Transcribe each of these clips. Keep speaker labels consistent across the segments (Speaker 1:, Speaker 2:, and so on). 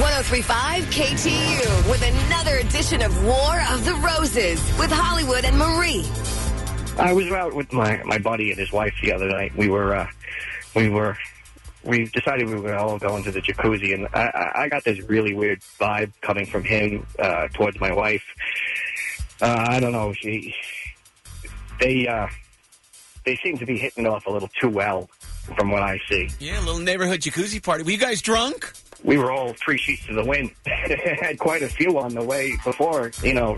Speaker 1: 1035 KTU with another edition of War of the Roses with Hollywood and Marie.
Speaker 2: I was out with my my buddy and his wife the other night. We were uh, we were we decided we were all go into the jacuzzi, and I- I, I got this really weird vibe coming from him uh, towards my wife. Uh, I don't know. She they uh, they seem to be hitting it off a little too well, from what I see.
Speaker 3: Yeah, little neighborhood jacuzzi party. Were you guys drunk?
Speaker 2: We were all three sheets to the wind. Had quite a few on the way before, you know.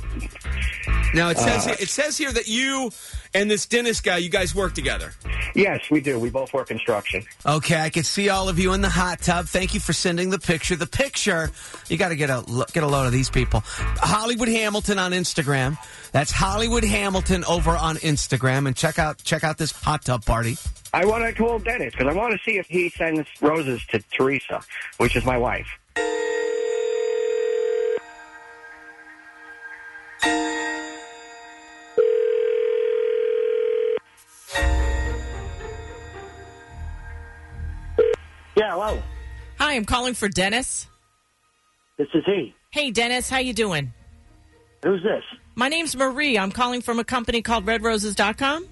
Speaker 3: Now it says
Speaker 2: Uh,
Speaker 3: it says here that you and this dentist guy, you guys work together.
Speaker 2: Yes, we do. We both work construction.
Speaker 4: Okay, I can see all of you in the hot tub. Thank you for sending the picture. The picture, you got to get a lo- get a load of these people. Hollywood Hamilton on Instagram. That's Hollywood Hamilton over on Instagram, and check out check out this hot tub party.
Speaker 2: I want to call Dennis because I want to see if he sends roses to Teresa, which is my wife.
Speaker 5: Yeah, hello.
Speaker 6: Hi, I'm calling for Dennis.
Speaker 5: This is he.
Speaker 6: Hey, Dennis, how you doing?
Speaker 5: Who's this?
Speaker 6: My name's Marie. I'm calling from a company called RedRoses.com.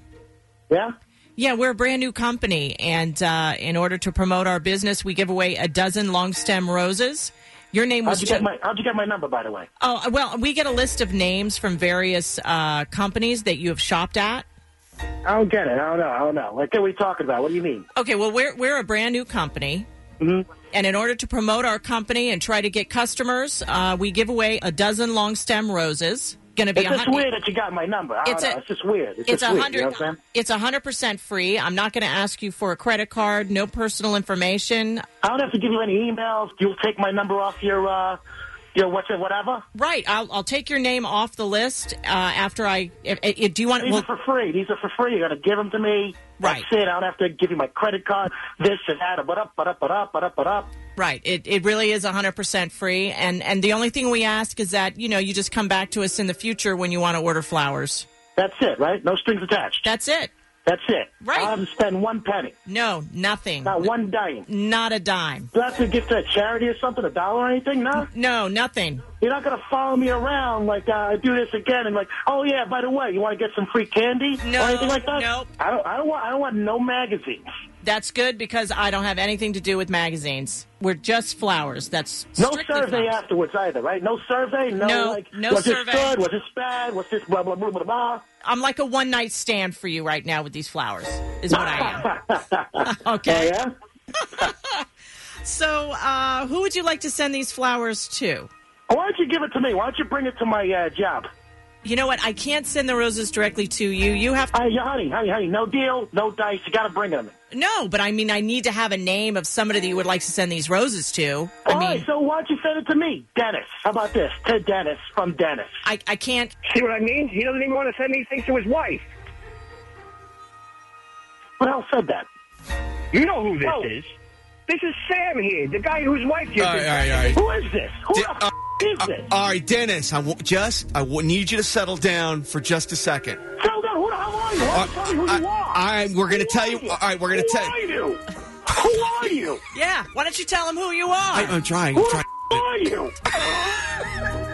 Speaker 5: Yeah?
Speaker 6: Yeah, we're a brand new company, and uh, in order to promote our business, we give away a dozen long stem roses. Your name was
Speaker 5: How'd you
Speaker 6: Jo-
Speaker 5: get my How'd you get my number, by the way?
Speaker 6: oh well. We get a list of names from various uh, companies that you have shopped at.
Speaker 5: I don't get it. I don't know. I don't know. Like, what are we talking about? What do you mean?
Speaker 6: Okay, well we're we're a brand new company,
Speaker 5: Mm-hmm.
Speaker 6: and in order to promote our company and try to get customers, uh, we give away a dozen long stem roses. Going to be
Speaker 5: It's
Speaker 6: a
Speaker 5: just
Speaker 6: hun-
Speaker 5: weird that you got my number. I don't
Speaker 6: It's
Speaker 5: know.
Speaker 6: a-
Speaker 5: it's just weird. It's,
Speaker 6: It's
Speaker 5: just weird.
Speaker 6: a
Speaker 5: You know
Speaker 6: hundred.
Speaker 5: what I'm saying?
Speaker 6: It's a hundred percent free. I'm not going to ask you for a credit card. No personal information.
Speaker 5: I don't have to give you any emails. You'll take my number off your uh, your what's it, whatever.
Speaker 6: Right. I'll, I'll take your name off the list uh, after I. If, if, do you want?
Speaker 5: These
Speaker 6: Well,
Speaker 5: are for free. These are for free. You got to give them to me.
Speaker 6: Right.
Speaker 5: That's it. I don't have to give you my credit card. This and that. But up, but up, but up, but up, but up.
Speaker 6: right. It, it really is hundred percent free. And and the only thing we ask is that you know you just come back to us in the future when you want to order flowers.
Speaker 5: That's it, right? No strings attached.
Speaker 6: That's it.
Speaker 5: That's it.
Speaker 6: Right.
Speaker 5: I haven't spent one penny.
Speaker 6: No, nothing.
Speaker 5: Not one dime.
Speaker 6: Not a dime.
Speaker 5: Do I have to give to a charity or something, a dollar or anything? No.
Speaker 6: No, nothing.
Speaker 5: You're not going to follow me around like uh, I do this again and like, oh yeah, by the way, you want to get some free candy
Speaker 6: No,
Speaker 5: or anything like that?
Speaker 6: nope.
Speaker 5: I don't. I don't want. I don't want no magazines.
Speaker 6: That's good because I don't have anything to do with magazines. We're just flowers. That's
Speaker 5: No
Speaker 6: strictly
Speaker 5: survey
Speaker 6: flowers.
Speaker 5: afterwards either, right? No survey. No.
Speaker 6: No,
Speaker 5: like,
Speaker 6: no
Speaker 5: was
Speaker 6: survey.
Speaker 5: this good? Was this bad? Was this blah blah blah blah blah?
Speaker 6: I'm like a one night stand for you right now with these flowers, is what I am.
Speaker 5: Oh
Speaker 6: okay.
Speaker 5: yeah.
Speaker 6: So, uh, who would you like to send these flowers to?
Speaker 5: Why don't you give it to me? Why don't you bring it to my uh, job?
Speaker 6: You know what? I can't send the roses directly to you. You have
Speaker 5: Hey, yeah, honey, honey, honey. No deal. No dice. You got to bring it to me.
Speaker 6: no, but I mean, I need to have a name of somebody that you would like to send these roses to. I
Speaker 5: All right,
Speaker 6: mean,
Speaker 5: so why don't you send it to me, Dennis? How about this? To Dennis from Dennis.
Speaker 6: I, I can't.
Speaker 2: See what I mean? He doesn't even want to send these things to his wife.
Speaker 5: Who the hell said that?
Speaker 2: You know who this
Speaker 5: Oh.
Speaker 2: is. This is Sam here, the guy whose wife you
Speaker 3: All right, all right, all right.
Speaker 5: Who is this? Who
Speaker 3: Di-
Speaker 5: the
Speaker 3: uh,
Speaker 5: f- is this?
Speaker 3: All right, Dennis, I w- just I w- need you to settle down for just a second. Uh,
Speaker 5: Tell them who the hell are you? Why don't you tell me who
Speaker 3: I-
Speaker 5: you are?
Speaker 3: I- I- we're gonna
Speaker 5: Who
Speaker 3: tell
Speaker 5: are
Speaker 3: you- all right, we're gonna
Speaker 5: Who
Speaker 3: tell-
Speaker 5: are you? Who are you?
Speaker 6: Yeah. Why don't you tell them who you
Speaker 3: I,
Speaker 6: are?
Speaker 3: I'm trying.
Speaker 5: Who
Speaker 3: I'm
Speaker 5: the
Speaker 3: trying.
Speaker 5: f- are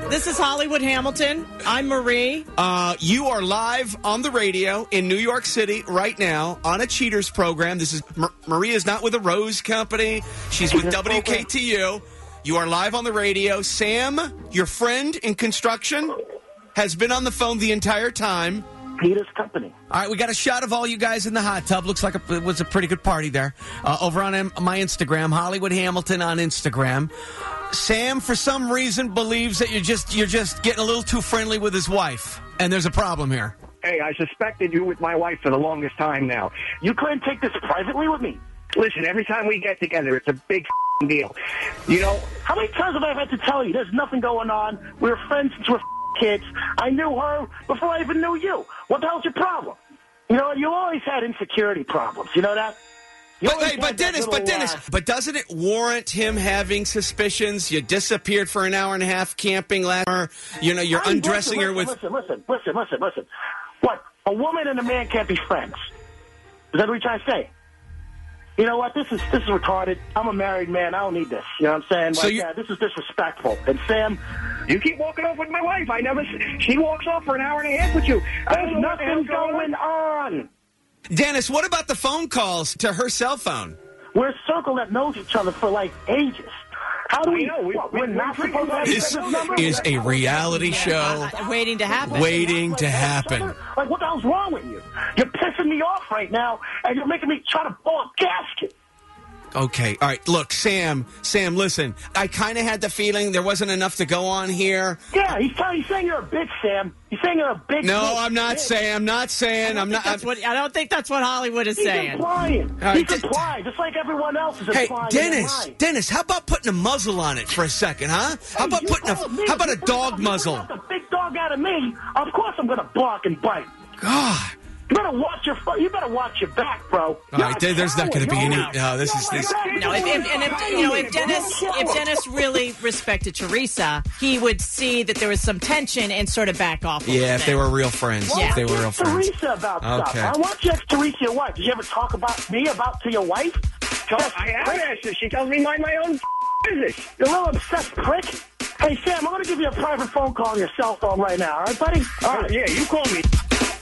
Speaker 5: you?
Speaker 6: This is Hollywood Hamilton. I'm Marie.
Speaker 3: Uh, you are live on the radio in New York City right now on a cheaters program. This is Mar- Maria's not with the Rose Company. She's with WKTU. You are live on the radio. Sam, your friend in construction, has been on the phone the entire time.
Speaker 5: Peter's company.
Speaker 4: All right, we got a shot of all you guys in the hot tub. Looks like a, it was a pretty good party there. Uh, over on um, my Instagram, Hollywood Hamilton on Instagram. Sam, for some reason, believes that you're just you're just getting a little too friendly with his wife, and there's a problem here.
Speaker 2: Hey, I suspected you with my wife for the longest time now. You
Speaker 5: You couldn't take this privately with me.
Speaker 2: listen. Every time we get together, it's a big f***ing deal. You know,
Speaker 5: How many times have I had to tell you? There's nothing going on. We were friends since we were f- kids. I knew her before I even knew you. What the hell's your problem? You know, you always had insecurity problems. You know that? You
Speaker 3: But,
Speaker 5: always
Speaker 3: hey, but
Speaker 5: had that
Speaker 3: Dennis, but
Speaker 5: little,
Speaker 3: Dennis,
Speaker 5: uh,
Speaker 3: but doesn't it warrant him having suspicions? You disappeared for an hour and a half camping last summer. You know, you're
Speaker 5: Hey,
Speaker 3: undressing
Speaker 5: listen,
Speaker 3: her with.
Speaker 5: Listen, listen, listen, listen, listen. What? A woman and a man can't be friends. Is that what you're trying to say? you know what? This is this is retarded. I'm a married man. I don't need this. You know what I'm saying? Like,
Speaker 3: So you-
Speaker 5: yeah, this is disrespectful. And Sam,
Speaker 2: You keep walking off with my wife. I never. She walks off for an hour and a half with you. I
Speaker 5: there's
Speaker 2: don't know what the
Speaker 5: nothing
Speaker 2: hell's going on.
Speaker 5: going on.
Speaker 3: Dennis, what about the phone calls to her cell phone?
Speaker 5: We're a circle that knows each other for like ages. How do
Speaker 2: I
Speaker 5: we?
Speaker 2: know, we-
Speaker 5: what,
Speaker 2: we-
Speaker 5: we're
Speaker 2: we-
Speaker 5: not
Speaker 2: we-
Speaker 5: supposed to have
Speaker 2: we-
Speaker 5: each
Speaker 3: This
Speaker 5: other's number?
Speaker 3: is a reality show
Speaker 6: Uh, waiting to happen.
Speaker 3: waiting to
Speaker 5: Like,
Speaker 3: happen.
Speaker 5: Like, what the hell's wrong with you? You're pissing me off right now, and you're making me try to blow a gasket.
Speaker 3: Okay. All right. Look, Sam, Sam, listen. I kind of had the feeling there wasn't enough to go on here.
Speaker 5: Yeah, he's, telling, he's saying you're a bitch, Sam. He's saying you're a bitch.
Speaker 3: No,
Speaker 5: bitch,
Speaker 3: I'm not
Speaker 5: bitch.
Speaker 3: saying. I'm not saying. I'm
Speaker 6: I
Speaker 3: not.
Speaker 6: think that's
Speaker 3: I'm-
Speaker 6: what- I don't think that's what Hollywood is
Speaker 5: He's
Speaker 6: saying.
Speaker 5: implying.
Speaker 3: right,
Speaker 5: he's
Speaker 3: d-
Speaker 5: implying, just like everyone else is
Speaker 3: Hey,
Speaker 5: implying. You're
Speaker 3: Dennis,
Speaker 5: lying.
Speaker 3: Dennis, how about putting a muzzle on it for a second, huh? How
Speaker 5: Hey,
Speaker 3: about
Speaker 5: you
Speaker 3: putting a
Speaker 5: called me.
Speaker 3: how about
Speaker 5: You
Speaker 3: a
Speaker 5: bring
Speaker 3: dog
Speaker 5: out- you bring
Speaker 3: muzzle?
Speaker 5: out the big dog out of me. Of course, I'm gonna bark and bite.
Speaker 3: God.
Speaker 5: You better watch your fu- you better watch your back, bro.
Speaker 3: All right, there- there's not going to be any. No, this is this.
Speaker 6: No, if, if, and if you know if Dennis if Dennis really respected Teresa, he would see that there was some tension and sort of back off. a little
Speaker 3: Yeah, if they
Speaker 6: bit.
Speaker 3: were real friends. If they were real friends.
Speaker 5: Teresa about
Speaker 3: Okay.
Speaker 5: stuff. I want you to ask Teresa your wife. Did you ever talk about me about to your wife? Just
Speaker 2: I have asked her. She tells me mind my own business.
Speaker 5: You little obsessed prick. Hey Sam, I'm gonna give you a private phone call on your cell phone right now, all right, buddy? All
Speaker 2: Oh,
Speaker 5: right.
Speaker 2: yeah, you call me.